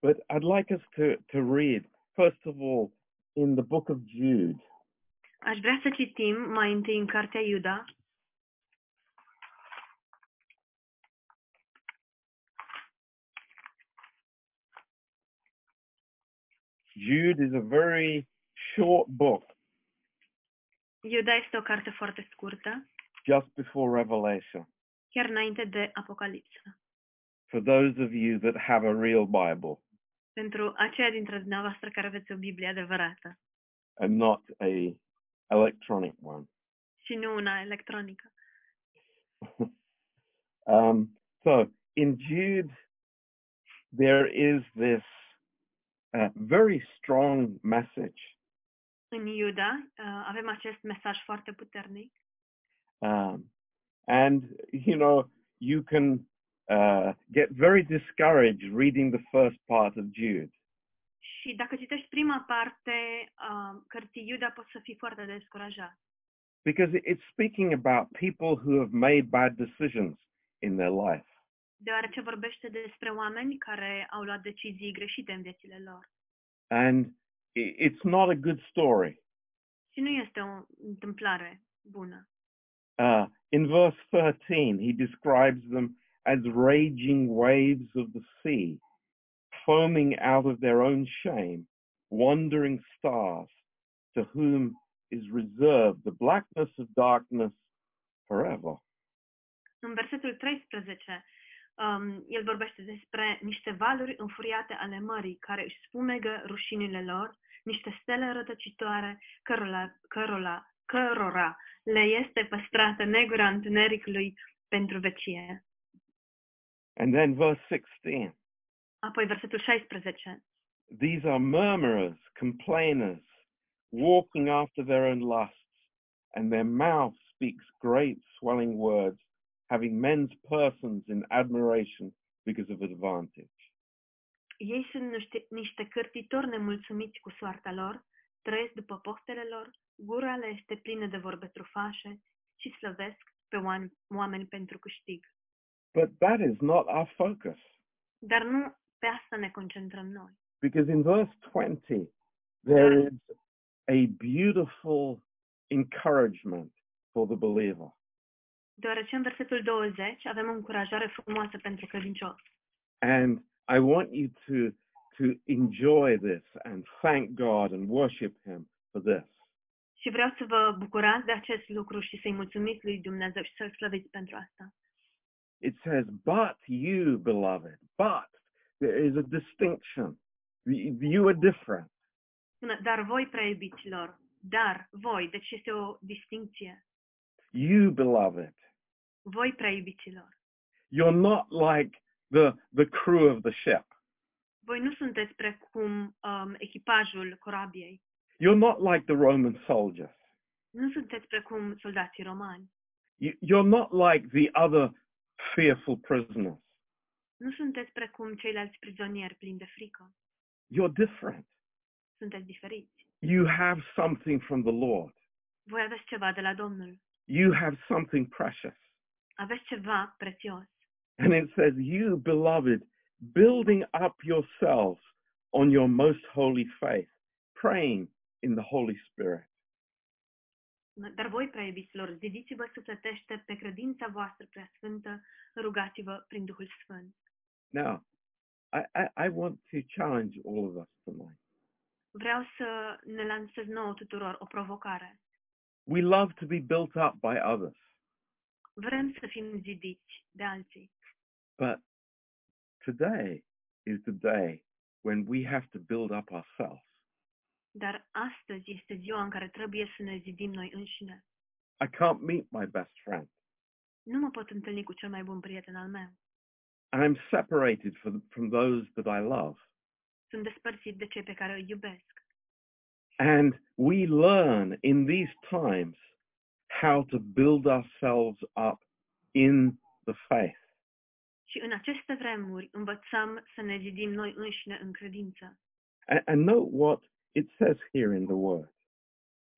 But I'd like us to, to read, first of all, in the book of Jude, Aș vrea să citim mai întâi în Cartea Iuda, Jude is a very short book Iuda este o carte foarte scurtă, just before Revelation chiar înainte de Apocalipsă. for those of you that have a real Bible Pentru aceia dintre dumneavoastră care aveți o Biblie adevărată and not a electronic one. și nu una electronică. Um, so in Jude, there is this uh, very strong message În Iuda uh, avem acest mesaj foarte puternic Um, and, you know, you can uh, get very discouraged reading the first part of Jude. și dacă citești prima parte a cărții Iuda poți să fii foarte descurajat. Because it- it's speaking about people who have made bad decisions in their life. deoarece vorbește despre oameni care au luat decizii greșite în viețile lor. And i- it's not a good story. Și nu este o întâmplare bună. Uh, in verse 13, he describes them as raging waves of the sea, foaming out of their own shame, wandering stars, to whom is reserved the blackness of darkness forever. În versetul 13, um, el vorbește despre niște valuri înfuriate ale mării care își spumegă rușinile lor, niște stele rătăcitoare cărora, cărora, cărora le este păstrată negura întunericului pentru vecie. And then verse 16, Apoi versetul 16. these are murmurers, complainers, walking after their own lusts, and their mouth speaks great swelling words, having men's persons in admiration because of advantage. Ei sunt niște, niște cârtitori nemulțumiți cu soarta lor, trăiesc după poftele lor, gura le este plină de vorbe trufașe și slăvesc pe oameni, oameni pentru câștig. But that is not our focus, Dar nu pe asta ne concentrăm noi. because in verse 20, there is a beautiful encouragement for the believer. Deoarece în versetul 20 avem o încurajare frumoasă pentru credincios. And I want you to, to enjoy this and thank God and worship Him for this. Și vreau să vă bucurați de acest lucru și să-i mulțumiți lui Dumnezeu și să-L slăviți pentru asta. it says, but you, beloved, but there is a distinction. Y- You are different. Spune, Dar voi, prea iubiților, dar voi, deci este o distinție, You, beloved, voi, prea iubiților. you're not like the, the crew of the ship. voi nu sunteți precum um, echipajul corabiei, You're not like the Roman soldiers. nu sunteți precum soldații romani, You- You're not like the other fearful prisoners. nu sunteți precum ceilalți prizonieri plini de frică, You're different. sunteți diferiți. You have something from the Lord. Voi aveți ceva de la Domnul, You have something precious. aveți ceva prețios. And it says, you, beloved, building up yourselves on your most holy faith, praying in the Holy Spirit. Dar voi, prea iubiților, zidiți-vă sufletește pe credința voastră prea sfântă, rugați-vă prin Duhul Sfânt. Now, I, I, I want to challenge all of us tonight. Vreau să ne lansez nouă tuturor o provocare. We love to be built up by others, Vrem să fim zidiți de alții, but today is the day when we have to build up ourselves. dar astăzi este ziua în care trebuie să ne zidim noi înșine. I can't meet my best friend. nu mă pot întâlni cu cel mai bun prieten al meu. I'm separated from, from those that I love. Sunt despărțit de cei pe care îi iubesc. And we learn in these times how to build ourselves up in the faith. Și în aceste vremuri învățăm să ne zidim noi înșine în credință. And, and note what it says here in the word.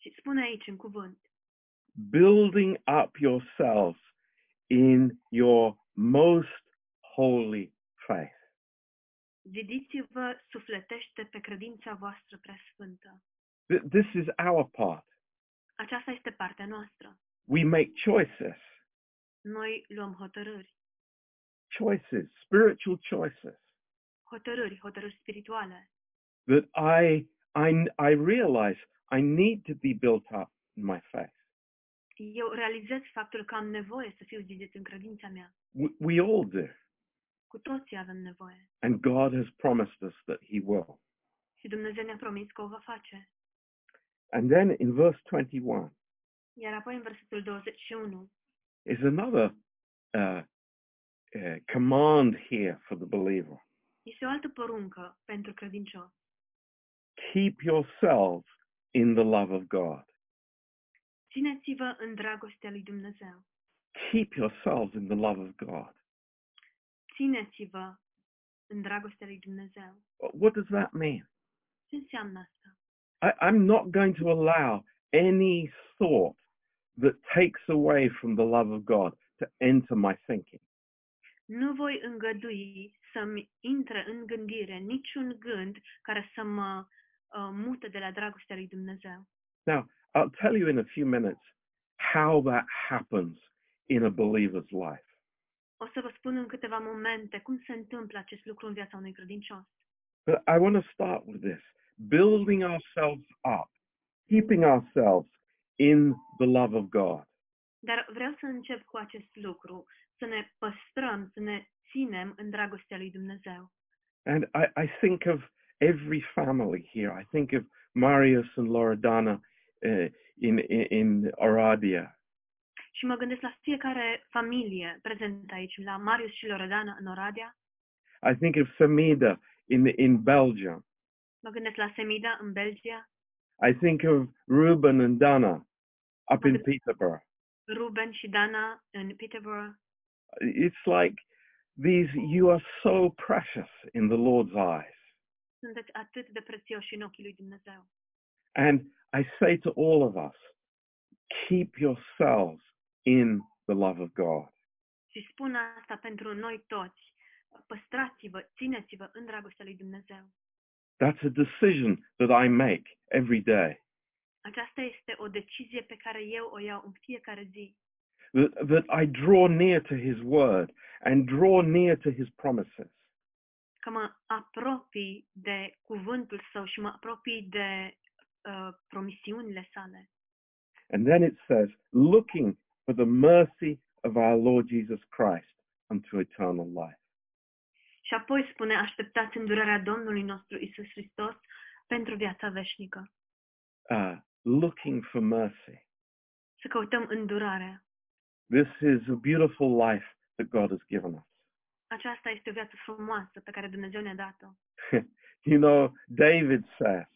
Și spune aici în cuvânt, Building up yourselves in your most holy faith. Zidiți-vă sufletește pe credința voastră preasfântă. Th- This is our part. Aceasta este partea noastră. We make choices, Noi luăm hotărâri. choices, spiritual choices Hotărâri, hotărâri spirituale. that I, I, I realize I need to be built up in my faith. Eu realizez faptul că am nevoie să fiu zidit în credința mea. We, we all do. Cu toții avem nevoie. And God has promised us that He will. Și Dumnezeu ne-a promis că o va face. And then in verse 21 Iar apoi în versetul 21 is another uh, uh, command here for the believer este o altă poruncă pentru credincios. keep yourselves in the love of God. Țineți-vă în dragostea lui Dumnezeu. Keep yourselves in the love of God. Țineți-vă în dragostea lui Dumnezeu. Wh- What does that mean? Ce înseamnă asta? I, I'm not going to allow any thought that takes away from the love of God to enter my thinking. Nu voi îngădui să-mi intre în gândire niciun gând care să mă uh, mute de la dragostea lui Dumnezeu. Now, I'll tell you in a few minutes how that happens in a believer's life. O să vă spun în câteva momente cum se întâmplă acest lucru în viața unui credincios. But I want to start with this building ourselves up, keeping ourselves in the love of God. Dar vreau să încep cu acest lucru, să ne păstrăm, să ne ținem în dragostea lui Dumnezeu. And I, I think of every family here. I think of Marius and Loredana uh, in, in, in Aradia. Și mă gândesc la fiecare familie prezentă aici, la Marius și Loredana în Oradea, I think of Samida in, in Belgium. mă gândesc la Semida în Belgia, I think of Ruben and Dana up in Okay. Peterborough. Ruben și Dana în Peterborough. It's like these, you are so precious in the Lord's eyes. Sunteți atât de prețioși în ochii lui Dumnezeu. And I say to all of us, keep yourselves in the love of God. Și spun asta pentru noi toți. Păstrați-vă, țineți-vă în dragostea lui Dumnezeu. That's a decision that I make every day. Aceasta este o decizie pe care eu o iau în fiecare zi. that, that I draw near to his word and draw near to his promises. Că mă apropii de cuvântul său și mă apropii de uh, promisiunile sale. And then it says, looking for the mercy of our Lord Jesus Christ unto eternal life. Și apoi spune, așteptați îndurarea Domnului nostru Isus Hristos pentru viața veșnică. Uh, looking for mercy. Să căutăm îndurarea. This is a beautiful life that God has given us. Aceasta este o viață frumoasă pe care Dumnezeu ne-a dat-o. you know, David says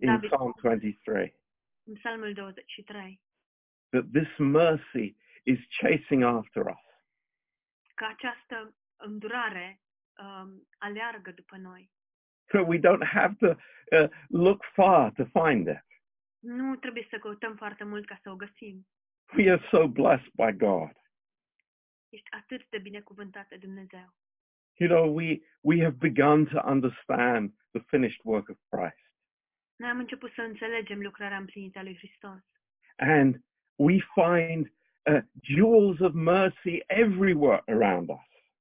in David. Psalm 23 În Psalmul 23. that this mercy is chasing after us. că această îndurare um, aleargă după noi. So we don't have to uh, look far to find it. Nu trebuie să căutăm foarte mult ca să o găsim. We are so blessed by God. Ești atât de binecuvântat de Dumnezeu. You know, we, we have begun to understand the finished work of Christ. Noi am început să înțelegem lucrarea împlinită a lui Hristos And we find uh, jewels of mercy everywhere around us.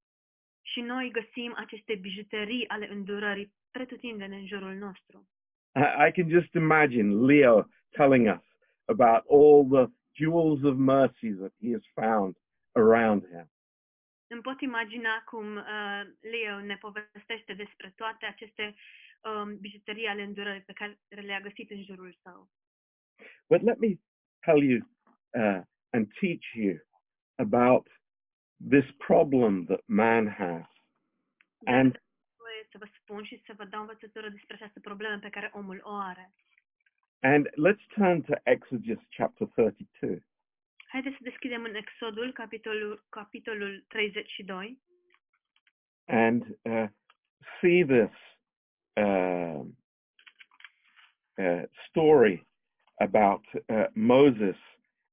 și noi găsim aceste bijuterii ale îndurării pretutindeni în jurul nostru. I, I can just imagine Leo telling us about all the jewels of mercy that he has found around him. Îmi pot imagina cum uh, Leo ne povestește despre toate aceste um, bijuterii ale îndurării pe care le-a găsit în jurul său. But let me tell you uh, and teach you about this problem that man has. Dar And voie să vă spun și să vă dau învățătură despre această problemă pe care omul o are. And let's turn to Exodus chapter 32. Haideți să deschidem în Exodul, capitolul, capitolul 32, and uh, see this um, uh, story about uh, Moses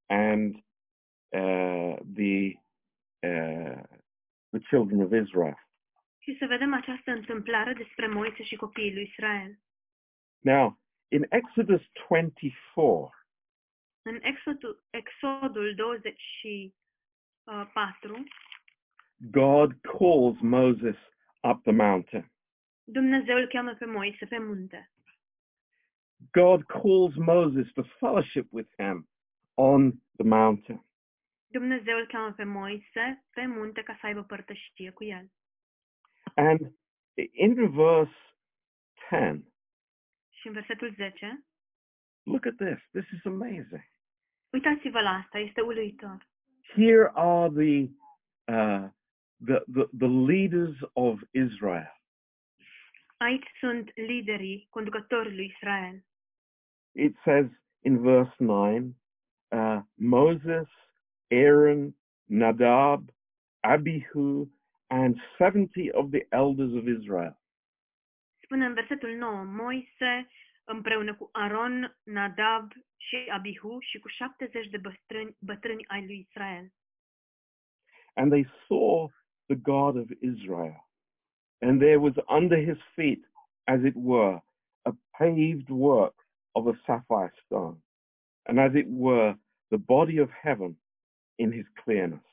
and uh, the uh, the children of Israel. și și să vedem această întâmplare despre Moise și copiii lui Israel. Now, in Exodus 24, În Exodul, Exodul 24, God calls Moses up the mountain. Dumnezeu îl cheamă pe Moise pe munte. God calls Moses to fellowship with him on the mountain. Dumnezeu îl cheamă pe Moise pe munte ca să aibă părtășie cu el. And in verse 10, Și în versetul 10, look at this. This is amazing. uitați-vă la asta, este uluitor. Here are the, uh, the, the, the leaders of Israel. Aici sunt liderii, conducătorii lui Israel. It says in verse 9, uh, Moses, Aaron, Nadab, Abihu, and 70 of the elders of Israel. Spune în versetul 9, Moise împreună cu Aron, Nadab și Abihu și cu 70 de bătrâni, bătrâni ai lui Israel. and they saw the God of Israel. And there was under his feet, as it were, a paved work of a sapphire stone, and as it were, the body of heaven in his clearness.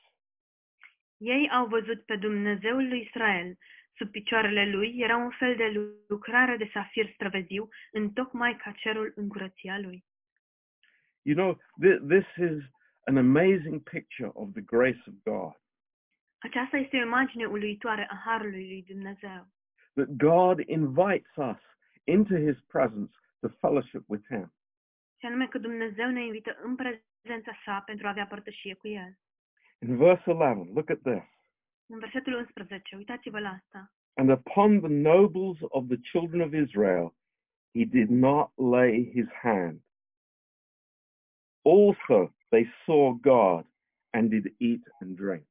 Ei au văzut pe Dumnezeul lui Israel. Sub picioarele lui era un fel de lucrare de safir străveziu, întocmai ca cerul în curăția lui. You know, th- this is an amazing picture of the grace of God, Aceasta este o imagine uluitoare a Harului lui Dumnezeu. that God invites us into his presence to fellowship with him. Și anume că Dumnezeu ne invită în prezența sa pentru a avea părtășie cu el. In verse 11, look at this. În versetul 11, uitați-vă la asta. And upon the nobles of the children of Israel he did not lay his hand. Also they saw God and did eat and drink.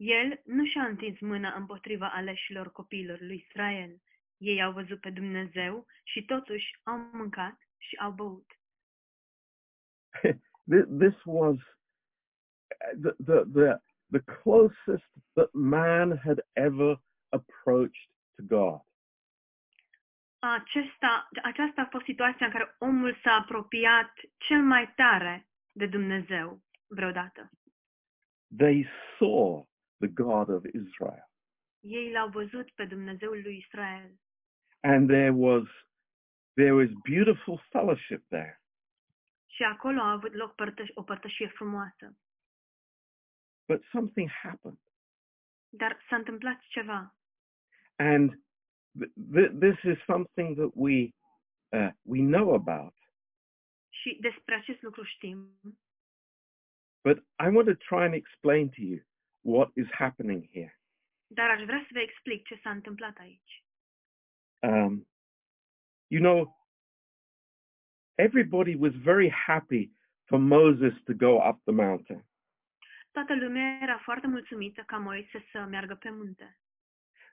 El nu și-a întins mâna împotriva aleșilor copiilor lui Israel. Ei au văzut pe Dumnezeu și totuși au mâncat și au băut. Th- This was the, the, the, the closest that man had ever approached to God. Acesta, aceasta a fost situația în care omul s-a apropiat cel mai tare de Dumnezeu vreodată. They saw the God of Israel. Ei l-au văzut pe Dumnezeul lui Israel And there was, there was beautiful fellowship there. și acolo a avut loc părtăș- o părtășie frumoasă. But something happened. Dar s-a întâmplat ceva. And th- th- this is something that we uh, we know about. Și despre acest lucru știm. But I want to try and explain to you what is happening here. Dar aș vrea să vă explic ce s-a întâmplat aici. Um, you know, everybody was very happy for Moses to go up the mountain, Toată lumea era foarte mulțumită ca Moise să meargă pe munte.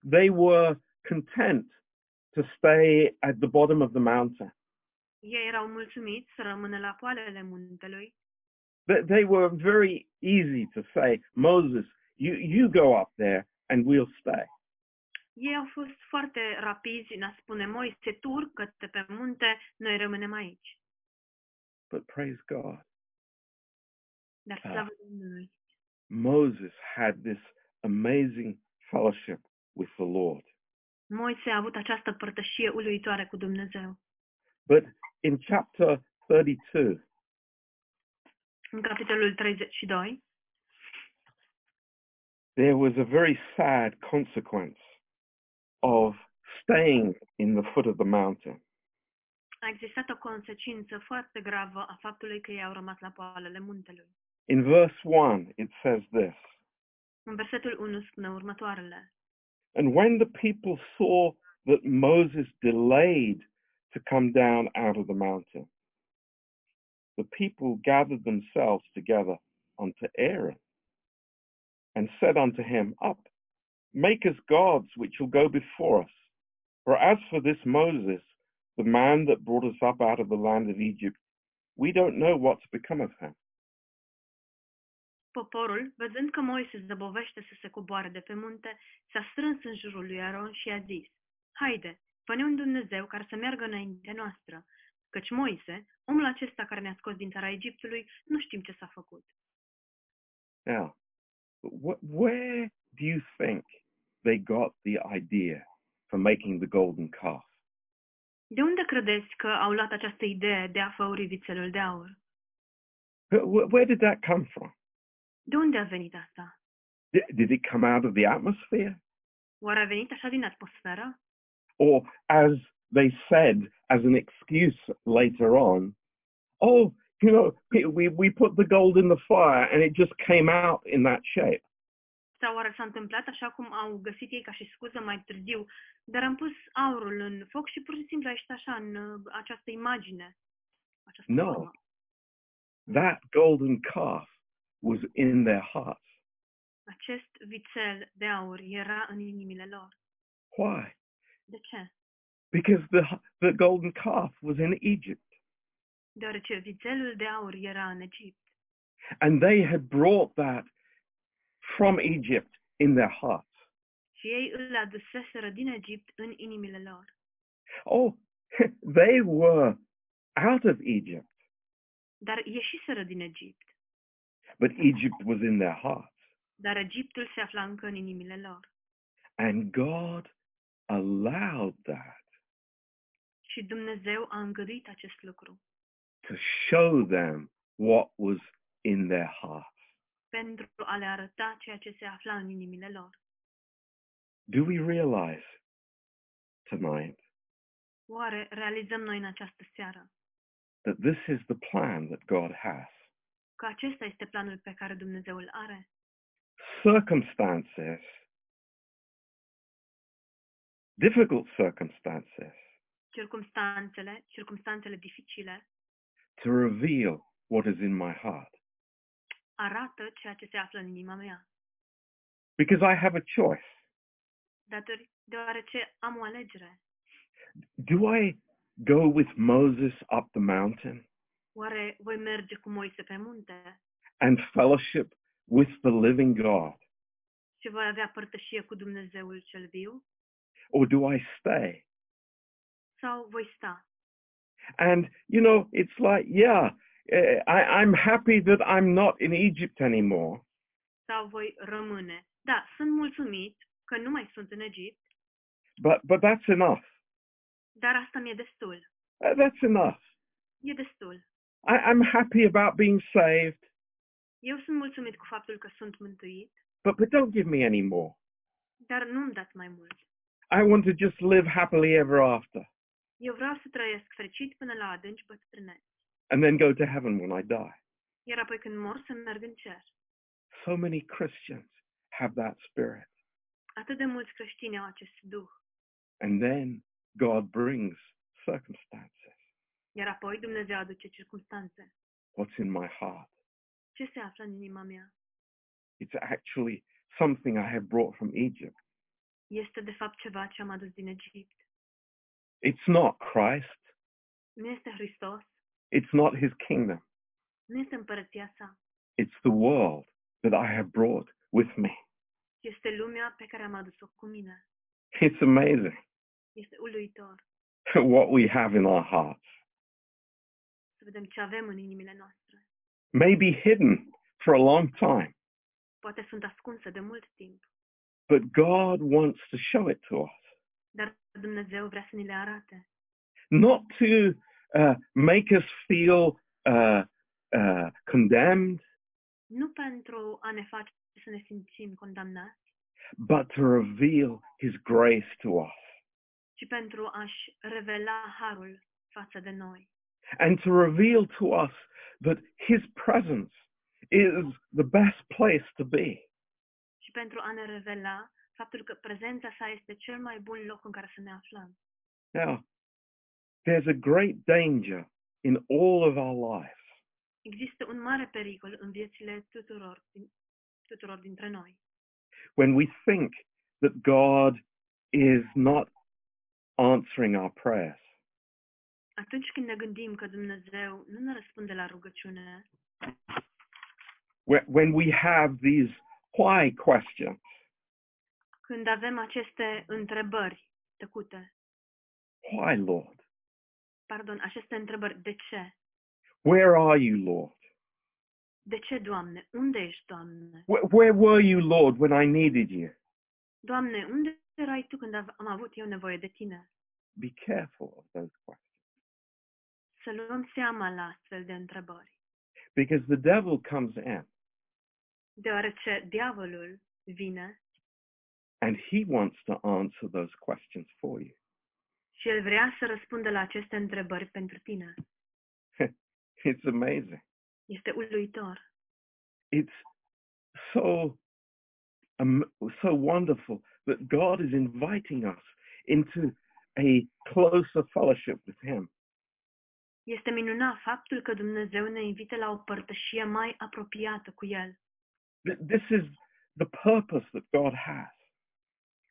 they were content to stay at the bottom of the mountain. Ei erau mulțumiți să rămână la poalele muntelui They, they were very easy to say, Moses, you, you go up there and we'll stay. Ei au fost foarte rapizi în a spune, Moise, tu urcă-te pe munte, noi rămânem aici. But praise God. Dar Da. slavă Domnului, Moses had this amazing fellowship with the Lord. Moise a avut această părtășie uluitoare cu Dumnezeu. But in chapter 32, În capitolul 32 there was a very sad consequence of staying in the foot of the mountain. a existat o consecință foarte gravă a faptului că ei au rămas la poalele muntelui. In verse 1, it says this În versetul 1 spune următoarele. And when the people saw that Moses delayed to come down out of the mountain, the people gathered themselves together unto Aaron and said unto him, Up, make us gods which shall go before us. For as for this Moses, the man that brought us up out of the land of Egypt, we don't know what's become of him. Poporul, văzând că Moise zăbovește să se coboare de pe munte, s-a strâns în jurul lui Aron și a zis, Haide, fă un Dumnezeu care să meargă înaintea noastră, căci Moise, omul acesta care ne-a scos din țara Egiptului, nu știm ce s-a făcut. Now, wh- where do you think they got the idea for making the golden calf? De unde credeți că au luat această idee de a făuri vițelul de aur? Wh- wh- Where did that come from? De unde a venit asta? Did, did it come out of the atmosphere? Oare a venit așa din atmosferă? Or, as they said as an excuse later on, oh, you know, we- we, we put the gold in the fire and it just came out in that shape. Sau oare s-a întâmplat așa cum au găsit ei ca și scuză mai târziu, dar am pus aurul în foc și pur și simplu a ieșit așa în uh, această imagine, această No. formă. That golden calf was in their hearts. Acest vițel de aur era în inimile lor. Why? De ce? Because the, the golden calf was in Egypt Deoarece vițelul de aur era în Egipt and they had brought that from Egypt in their hearts. și ei îl aduseseră din Egipt în inimile lor. Oh, they were out of Egypt, Dar ieșiseră din Egipt, but Egypt was in their hearts. dar Egiptul se afla încă în inimile lor. And God allowed that Și Dumnezeu a îngăduit acest lucru to show them what was in their hearts. pentru a le arăta ceea ce se afla în inimile lor. Do we realize tonight Oare realizăm noi în această seară that this is the plan that God has? că acesta este planul pe care Dumnezeu îl are? Circumstances, difficult circumstances, Circumstanțele, circumstanțele dificile to reveal what is in my heart. arată ceea ce se află în inima mea, Because I have a choice. datori, deoarece am o alegere. Do I go with Moses up the mountain Oare voi merge cu Moise pe munte and fellowship with the living God? și voi avea părtășie cu Dumnezeul cel viu? Or do I stay Sau voi sta? And, you know, it's like, yeah, eh, I, I'm happy that I'm not in Egypt anymore, Sau voi rămâne? Da, sunt mulțumit că nu mai sunt în Egipt, but, but that's enough. dar asta mi-e destul. Uh, That's enough. E destul. I, I'm happy about being saved, Eu sunt mulțumit cu faptul că sunt mântuit, but, but don't give me any more. dar nu-mi dați mai mult. I want to just live happily ever after Eu vreau să trăiesc fericit până la adânci bătrâneți, and then go to heaven when I die. iar apoi când mor să merg în cer. So many Christians have that spirit. Atât de mulți creștini au acest duh, And then God brings circumstances. iar apoi Dumnezeu aduce circunstanțe. What's in my heart? Ce se află în inima mea? It's actually something I have brought from Egypt. Este de fapt ceva ce am adus din Egipt. It's not Christ. Nu este Hristos, It's not his kingdom. nu este împărăția sa, It's the world that I have brought with me. ci este lumea pe care am adus-o cu mine. It's amazing Este uluitor what we have in our hearts. să vedem ce avem în inimile noastre. Maybe hidden for a long time, Poate sunt ascunse de mult timp, but God wants to show it to us. dar Dumnezeu vrea să ni le arate. Not to uh, make us feel uh, uh, condemned, Nu pentru a ne face să ne simțim condamnați, but to reveal his grace to us ci pentru a-și revela harul față de noi and to reveal to us that his presence is the best place to be. și pentru a ne revela faptul că prezența sa este cel mai bun loc în care să ne aflăm. Now, there's a great danger in all of our life Există un mare pericol în viețile tuturor, din, tuturor dintre noi, when we think that God is not answering our prayers. atunci când ne gândim că Dumnezeu nu ne răspunde la rugăciune Wh- When we have these why questions, Când avem aceste întrebări tăcute, why, Lord? pardon, aceste întrebări, de ce? Where are you, Lord? De ce, Doamne? Unde ești, Doamne? Wh- Where were you, Lord, when I needed you? Doamne, unde erai Tu când av- am avut eu nevoie de Tine? Be careful of those questions Să luăm seama la astfel de întrebări, because the devil comes in deoarece diavolul vine and he wants to answer those questions for you. și el vrea să răspundă la aceste întrebări pentru Tine. It's amazing. Este uluitor. It's so um, so wonderful that God is inviting us into a closer fellowship with Him. Este minunat faptul că Dumnezeu ne invită la o părtășie mai apropiată cu El. Th- This is the purpose that God has.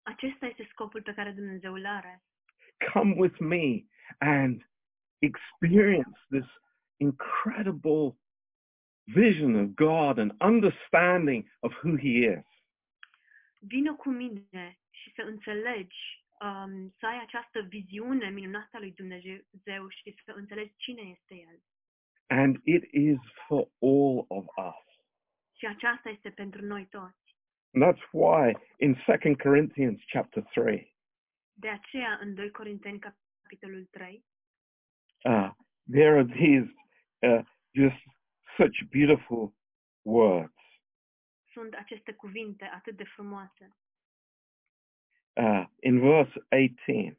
Acesta este scopul pe care Dumnezeu îl are. Come with me and experience this incredible vision of God and understanding of who He is. Vină cu mine și să înțelegi, um, să ai această viziune minunată a lui Dumnezeu și să înțelegi cine este El. And it is for all of us. Și aceasta este pentru noi toți. And that's why in 2 Corinthians chapter 3, De aceea, în 2 Corinteni, capitolul 3, uh, there are these uh, just such beautiful words. sunt aceste cuvinte atât de frumoase. Uh, in verse 18,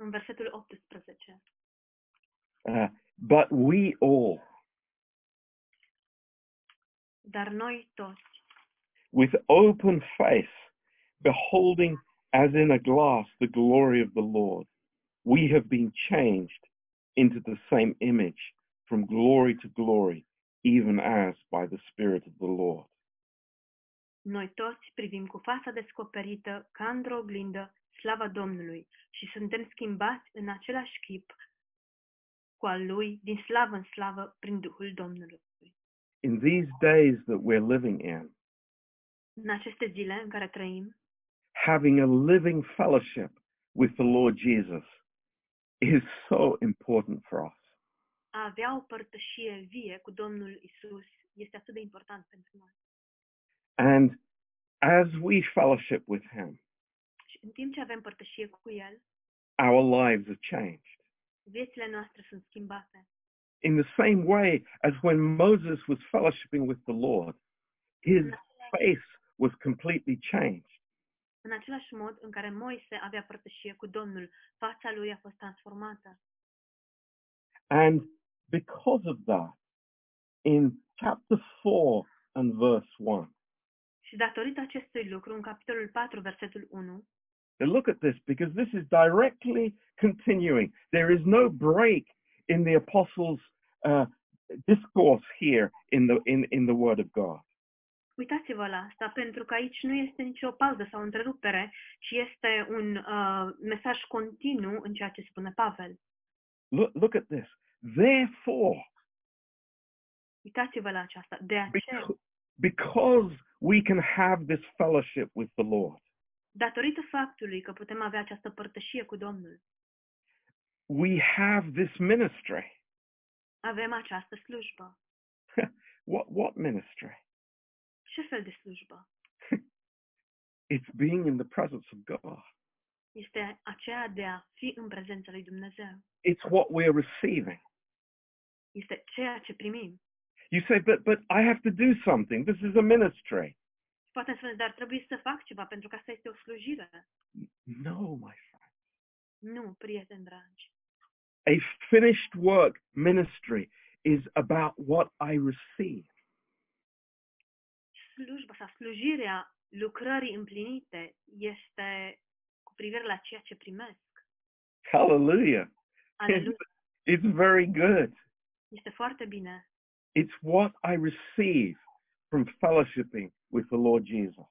În versetul 18. uh, but we all, Dar noi toți, with open face, beholding as in a glass the glory of the Lord, we have been changed into the same image from glory to glory, even as by the Spirit of the Lord. Noi toți privim cu fața descoperită, ca într-o oglindă, slava Domnului și suntem schimbați în același chip cu al Lui, din slavă în slavă, prin Duhul Domnului. In these days that we're living in, În aceste zile în care trăim, having a living fellowship with the Lord Jesus is so important for us. a avea o părtășie vie cu Domnul Isus este atât de important pentru noi. And as we fellowship with Him, Și în timp ce avem părtășie cu El, our lives are changed. viețile noastre sunt schimbate. In the same way as when Moses was fellowshipping with the Lord, his face was completely changed. În același mod în care Moise avea părtășie cu Domnul, fața lui a fost transformată. And because of that, in chapter 4 and verse 1, Și datorită acestui lucru, în capitolul 4, versetul 1, Now look at this because this is directly continuing. There is no break in the apostles' uh, discourse here in the in, in the Word of God. uitați-vă la asta, pentru că aici nu este nicio pauză sau întrerupere, ci este un uh, mesaj continuu în ceea ce spune Pavel. Look look at this. Therefore, Uitați-vă la aceasta. De aceea, bec- because we can have this fellowship with the Lord, datorită faptului că putem avea această părtășie cu Domnul, we have this ministry. avem această slujbă. What what ministry? Ce fel de slujbă? It's being in the presence of God. Este aceea de a fi în prezența lui Dumnezeu. It's what we're receiving. Este ceea ce primim. You say, but but I have to do something. This is a ministry. Și poate spuneți, dar trebuie să fac ceva, pentru că asta este o slujire. No, my friend. Nu, prieteni dragi. A finished work ministry is about what I receive. slujba sau slujirea lucrării împlinite este cu privire la ceea ce primesc. Hallelujah. Aleluia! It's very good. Este foarte bine. It's what I receive from fellowshipping with the Lord Jesus.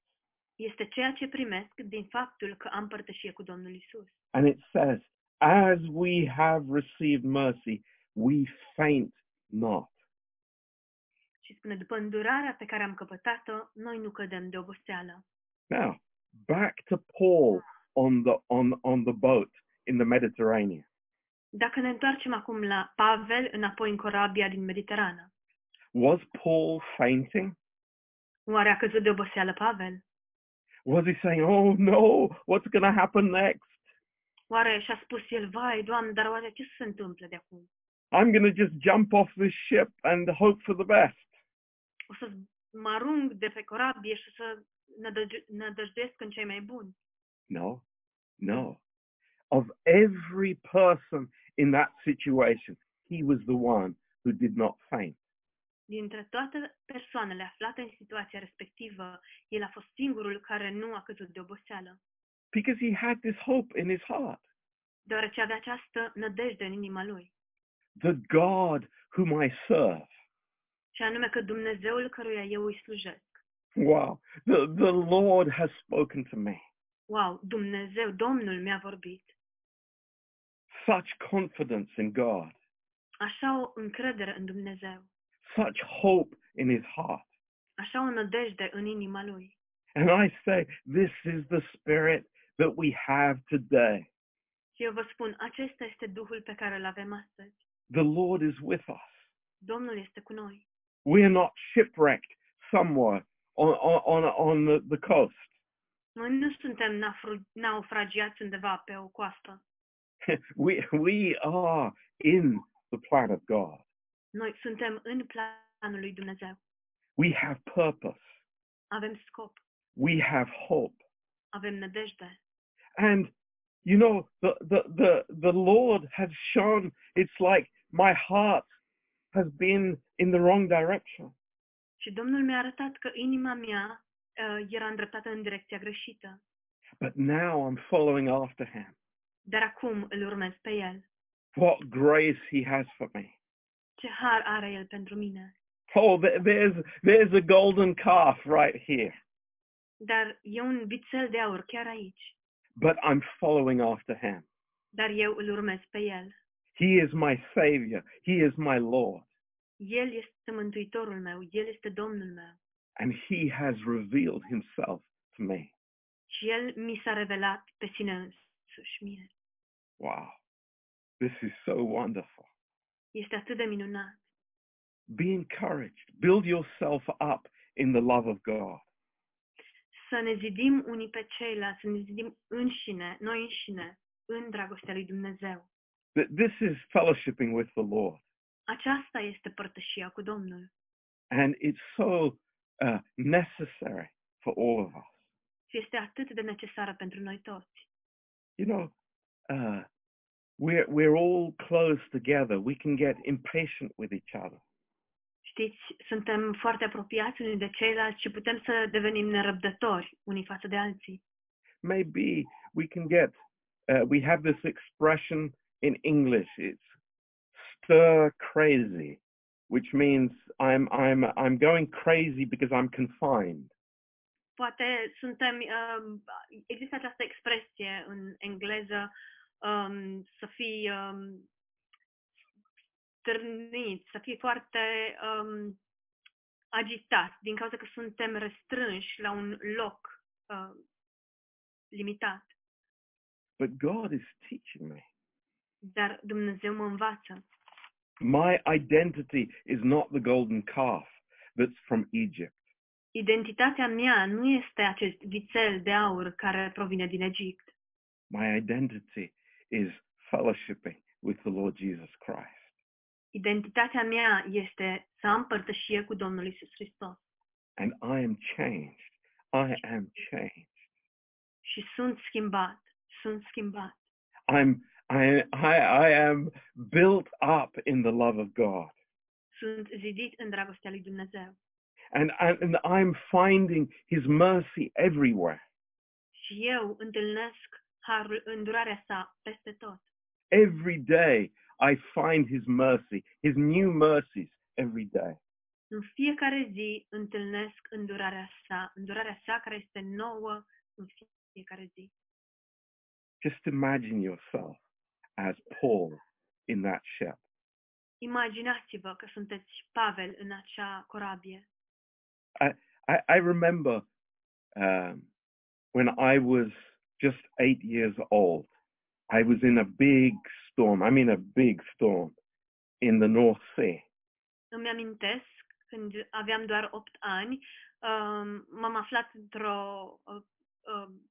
Este ceea ce primesc din faptul că am părtășie cu Domnul Isus. And it says, as we have received mercy, we faint not. Și spune, după îndurarea pe care am căpătat-o, noi nu cădem de oboseală. Now, back to Paul on the, on, on the boat in the Mediterranean. Dacă ne întoarcem acum la Pavel, înapoi în corabia din Mediterană, Was Paul fainting? oare a căzut de oboseală Pavel? Was he saying, oh no, what's going to happen next? Oare și-a spus el, vai, Doamne, dar oare ce se întâmplă de acum? I'm going to just jump off this ship and hope for the best. o să mă arunc de pe corabie și o să nădăj- nădăjduiesc în cei mai buni. No, no. Of every person in that situation, he was the one who did not faint. Dintre toate persoanele aflate în situația respectivă, el a fost singurul care nu a căzut de oboseală, because he had this hope in his heart deoarece avea această nădejde în inima lui, the God whom I serve. și anume că Dumnezeul căruia eu îi slujesc. Wow, the, the Lord has spoken to me. Wow, Dumnezeu, Domnul mi-a vorbit. Such confidence in God, Așa o încredere în Dumnezeu, such hope in his heart. așa o nădejde în inima lui. And I say, this is the spirit that we have today. Și eu vă spun, acesta este Duhul pe care îl avem astăzi. The Lord is with us. Domnul este cu noi. We're not shipwrecked somewhere on, on, on, on the, the coast. Noi nu suntem nafru- naufragiați undeva pe o coastă. we, we are in the plan of God. Noi suntem în planul lui Dumnezeu. We have purpose. Avem scop, We have hope. avem nădejde. and you know the the the, the lord has shown it's like my heart has been in the wrong direction Și Domnul mi-a arătat că inima mea uh, era îndreptată în direcția greșită, but now i'm following after him dar acum îl urmez pe El. what grace he has for me Ce har are El pentru mine? oh there, there's there's a golden calf right here Dar e un vițel de aur chiar aici, but i'm following after him dar eu îl urmez pe El. he is my savior he is my lord El este Mântuitorul meu, El este Domnul meu and he has revealed himself to me și El mi s-a revelat pe sine însuși mie. wow this is so wonderful Este atât de minunat. be encouraged. Build yourself up in the love of God. să ne zidim unii pe ceilalți, să ne zidim înșine, noi înșine, în dragostea lui Dumnezeu. That this is fellowshipping with the Lord, Aceasta este părtășia cu Domnul and it's so uh, necessary for all of us. și este atât de necesară pentru noi toți. You know, uh, we're we're all close together. We can get impatient with each other, Știți, suntem foarte apropiați unii de ceilalți și putem să devenim nerăbdători unii față de alții. maybe we can get. Uh, we have this expression in English. It's stir crazy, which means I'm I'm I'm going crazy because I'm confined. Poate suntem, um, există această expresie în engleză, um, să fii um, stârnit, să fii foarte um, agitat, din cauza că suntem restrânși la un loc uh, limitat. But God is teaching me. Dar Dumnezeu mă învață. My identity is not the golden calf that's from Egypt. Identitatea mea nu este acest vițel de aur care provine din Egipt. My identity is fellowshipping with the Lord Jesus Christ. Identitatea mea este să am părtășie cu Domnul Isus Hristos. And I am changed. I am changed. și sunt schimbat, sunt schimbat. I'm I, I, I am built up in the love of God. Sunt zidit în dragostea lui Dumnezeu And, and, and I'm finding his mercy everywhere. și eu întâlnesc harul, îndurarea sa peste tot. Every day I find his mercy, his new mercies every day. În fiecare zi întâlnesc îndurarea sa, îndurarea sa care este nouă în fiecare zi. Just imagine yourself as Paul in that ship. Imaginați-vă că sunteți Pavel în acea corabie. I, I remember um, when I was just eight years old, I was in a big storm. I mean, a big storm in the North Sea. Îmi amintesc când aveam doar 8 ani, um, m-am aflat într-o... uh, um,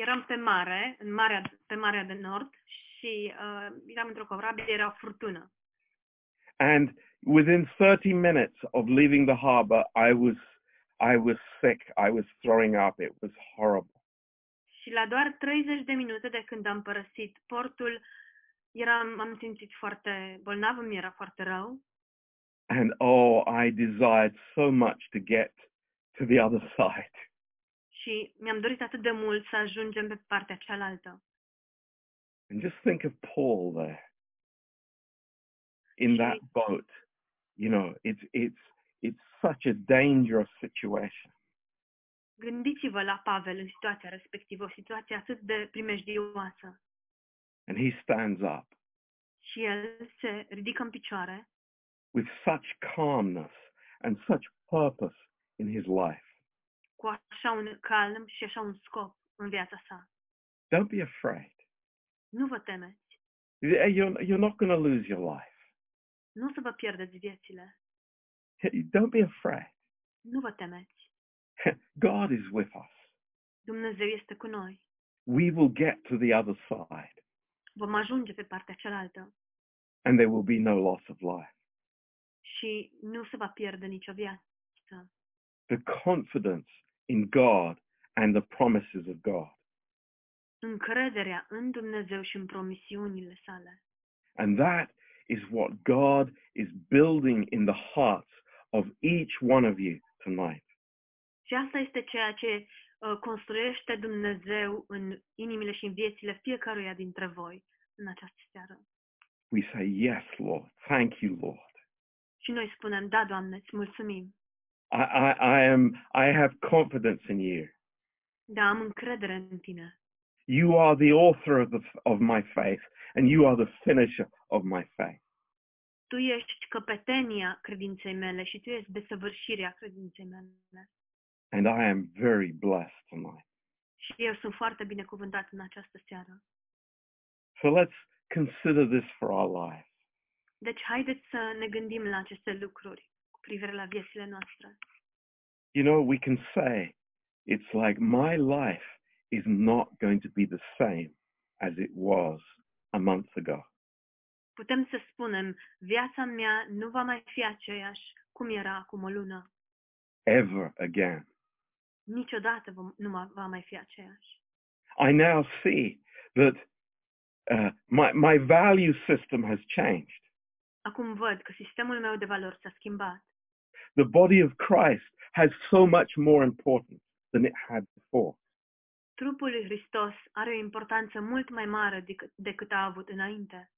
eram pe mare, în marea, pe Marea de Nord și uh, eram într-o corabie, era o furtună. And within 30 minutes of leaving the harbor, I was, I was sick. I was throwing up. It was horrible. Și la doar 30 de minute de când am părăsit portul, eram, am simțit foarte bolnav, mi era foarte rău And oh, I desired so much to get to the other side. și mi-am dorit atât de mult să ajungem pe partea cealaltă. And just think of Paul there in that boat. You know, it's it's it's such a dangerous situation. Gândiți-vă la Pavel în situația respectivă, o situație atât de primejdioasă. And he stands up Și el se ridică în picioare with such calmness and such purpose in his life. cu așa un calm și așa un scop în viața sa. Don't be afraid. Nu vă temeți, You're, you're not going to lose your life. nu o să vă pierdeți viețile, Don't be afraid. nu vă temeți. God is with us. Dumnezeu este cu noi. We will get to the other side Vom ajunge pe partea cealaltă and there will be no loss of life. și nu se va pierde nicio viață. the confidence in God and the promises of God. Încrederea în Dumnezeu și în promisiunile sale. And that is what God is building in the hearts of each one of you tonight. Și asta este ceea ce uh, construiește Dumnezeu în inimile și în viețile fiecăruia dintre voi în această seară. We say, Yes, Lord. Thank you, Lord. Și noi spunem, da, Doamne, îți mulțumim. I, I, I am I have confidence in you. Da, am încredere în Tine. You are the author of the, of my faith, and you are the finisher of my faith. Tu ești căpetenia credinței mele și Tu ești desăvârșirea credinței mele. And I am very blessed tonight. Și eu sunt foarte binecuvântat în această seară. So let's consider this for our lives. Deci haideți să ne gândim la aceste lucruri cu privire la viețile noastre. you know, we can say it's like my life is not going to be the same as it was a month ago. Putem să spunem, viața mea nu va mai fi aceeași cum era acum o lună. Ever again. niciodată vom, nu ma- va mai fi aceeași. I now see that uh, my, my value system has changed. Acum văd că sistemul meu de valori s-a schimbat. The body of Christ has so much more importance than it had before. Trupul lui Hristos are o importanță mult mai mare dec- decât a avut înainte.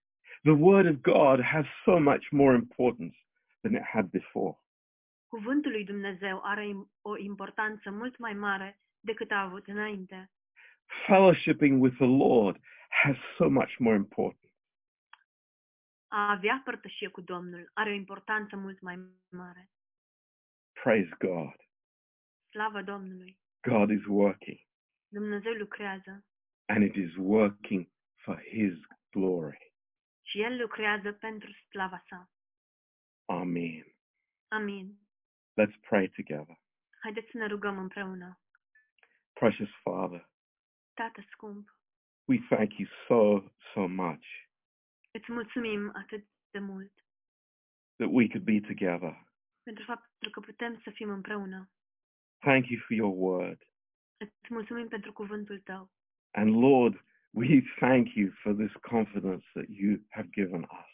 The Word of God has so much more importance than it had before. Cuvântul lui Dumnezeu are im- o importanță mult mai mare decât a avut înainte. Fellowshipping with the Lord has so much more importance. A avea părtășie cu Domnul are o importanță mult mai mare. Praise God. Slavă Domnului! God is working. Dumnezeu lucrează and it is working for his glory. și El lucrează pentru slava sa. Amen. Amin. Let's pray together. Haideți să ne rugăm împreună. Precious Father, Tată scump, we thank you so, so much îți mulțumim atât de mult. that we could be together. pentru faptul că putem să fim împreună. Thank you for your word. Îți mulțumim pentru cuvântul tău And Lord, we thank you for this confidence that you have given us.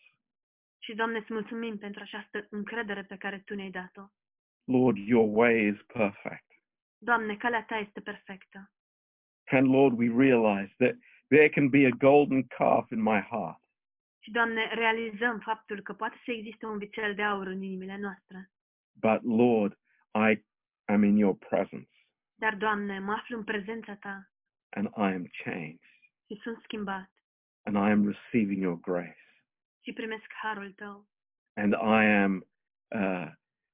și, Doamne, îți mulțumim pentru această încredere pe care Tu ne-ai dat-o. Lord, your way is perfect. Doamne, calea Ta este perfectă And Lord, we realize that there can be a golden calf in my heart, și, Doamne, realizăm faptul că poate să existe un vițel de aur în inimile noastre, but Lord, I am in your presence dar, Doamne, mă aflu în prezența Ta and I am changed și sunt schimbat and I am receiving your grace. și și primesc harul tău. and I am uh,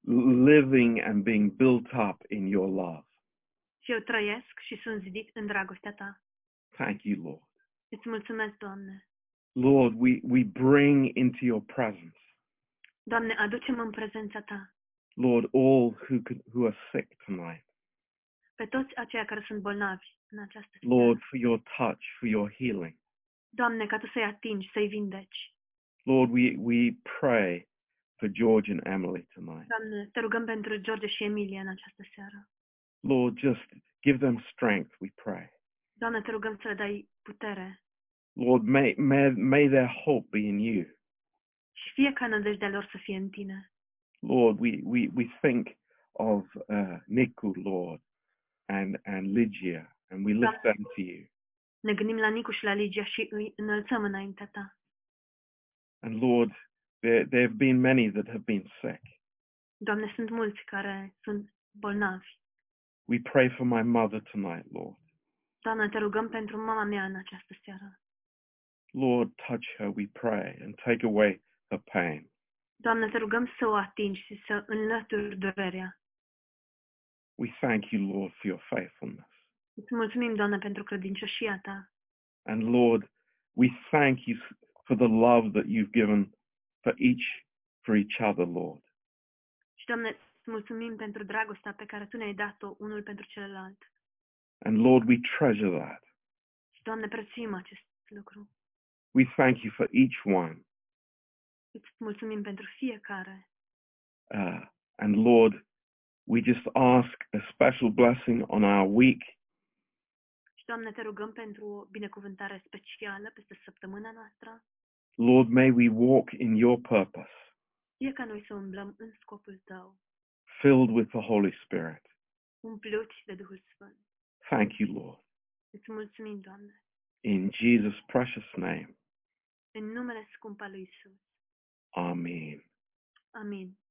living and being built up in your love. Și eu trăiesc și sunt zidit în dragostea ta. Thank you, Lord. Îți mulțumesc, Doamne. Lord, we, we bring into your presence, Doamne, aducem în prezența ta Lord, all who, could, who are sick tonight. pe toți aceia care sunt bolnavi în această seară. Lord, for your touch, for your healing. Doamne, ca tu să-i atingi, să-i vindeci. Lord, we, we pray for George and Emily tonight. Doamne, te rugăm pentru George și Emilia în această seară. Lord, just give them strength, we pray. Doamne, te rugăm să le dai putere Lord, may, may, may their hope be in you. și fie ca nădejdea lor să fie în tine. Lord, we, we, we think of uh, Niku, Lord, and, and Lygia, and we lift them to you. Ne gândim la Nicu și la Ligia și îi înălțăm înaintea ta. And Lord, there, there have been many that have been sick. Doamne, sunt mulți care sunt bolnavi. We pray for my mother tonight, Lord. Doamne, te rugăm pentru mama mea în această seară. Lord, touch her, we pray, and take away her pain. Doamne, te rugăm să o atingi și să înlături durerea. We thank you, Lord, for your faithfulness. Îți mulțumim, Doamne, pentru credincioșia ta. And Lord, we thank you for the love that you've given for each, for each other, Lord. Și, Doamne, îți mulțumim pentru dragostea pe care Tu ne-ai dat-o unul pentru celălalt. And Lord, we treasure that. Și, Doamne, prețuim acest lucru. We thank you for each one. Îți mulțumim pentru fiecare. Uh, and Lord, we just ask a special blessing on our week. Și, Doamne, te rugăm pentru o binecuvântare specială peste săptămâna noastră. Lord, may we walk in your purpose, Fie ca noi să umblăm în scopul Tău, filled with the Holy Spirit. umpluți de Duhul Sfânt. Thank you, Lord. Îți mulțumim, Doamne, In Jesus' precious name. în numele scump al lui Isus. Amen. Amin.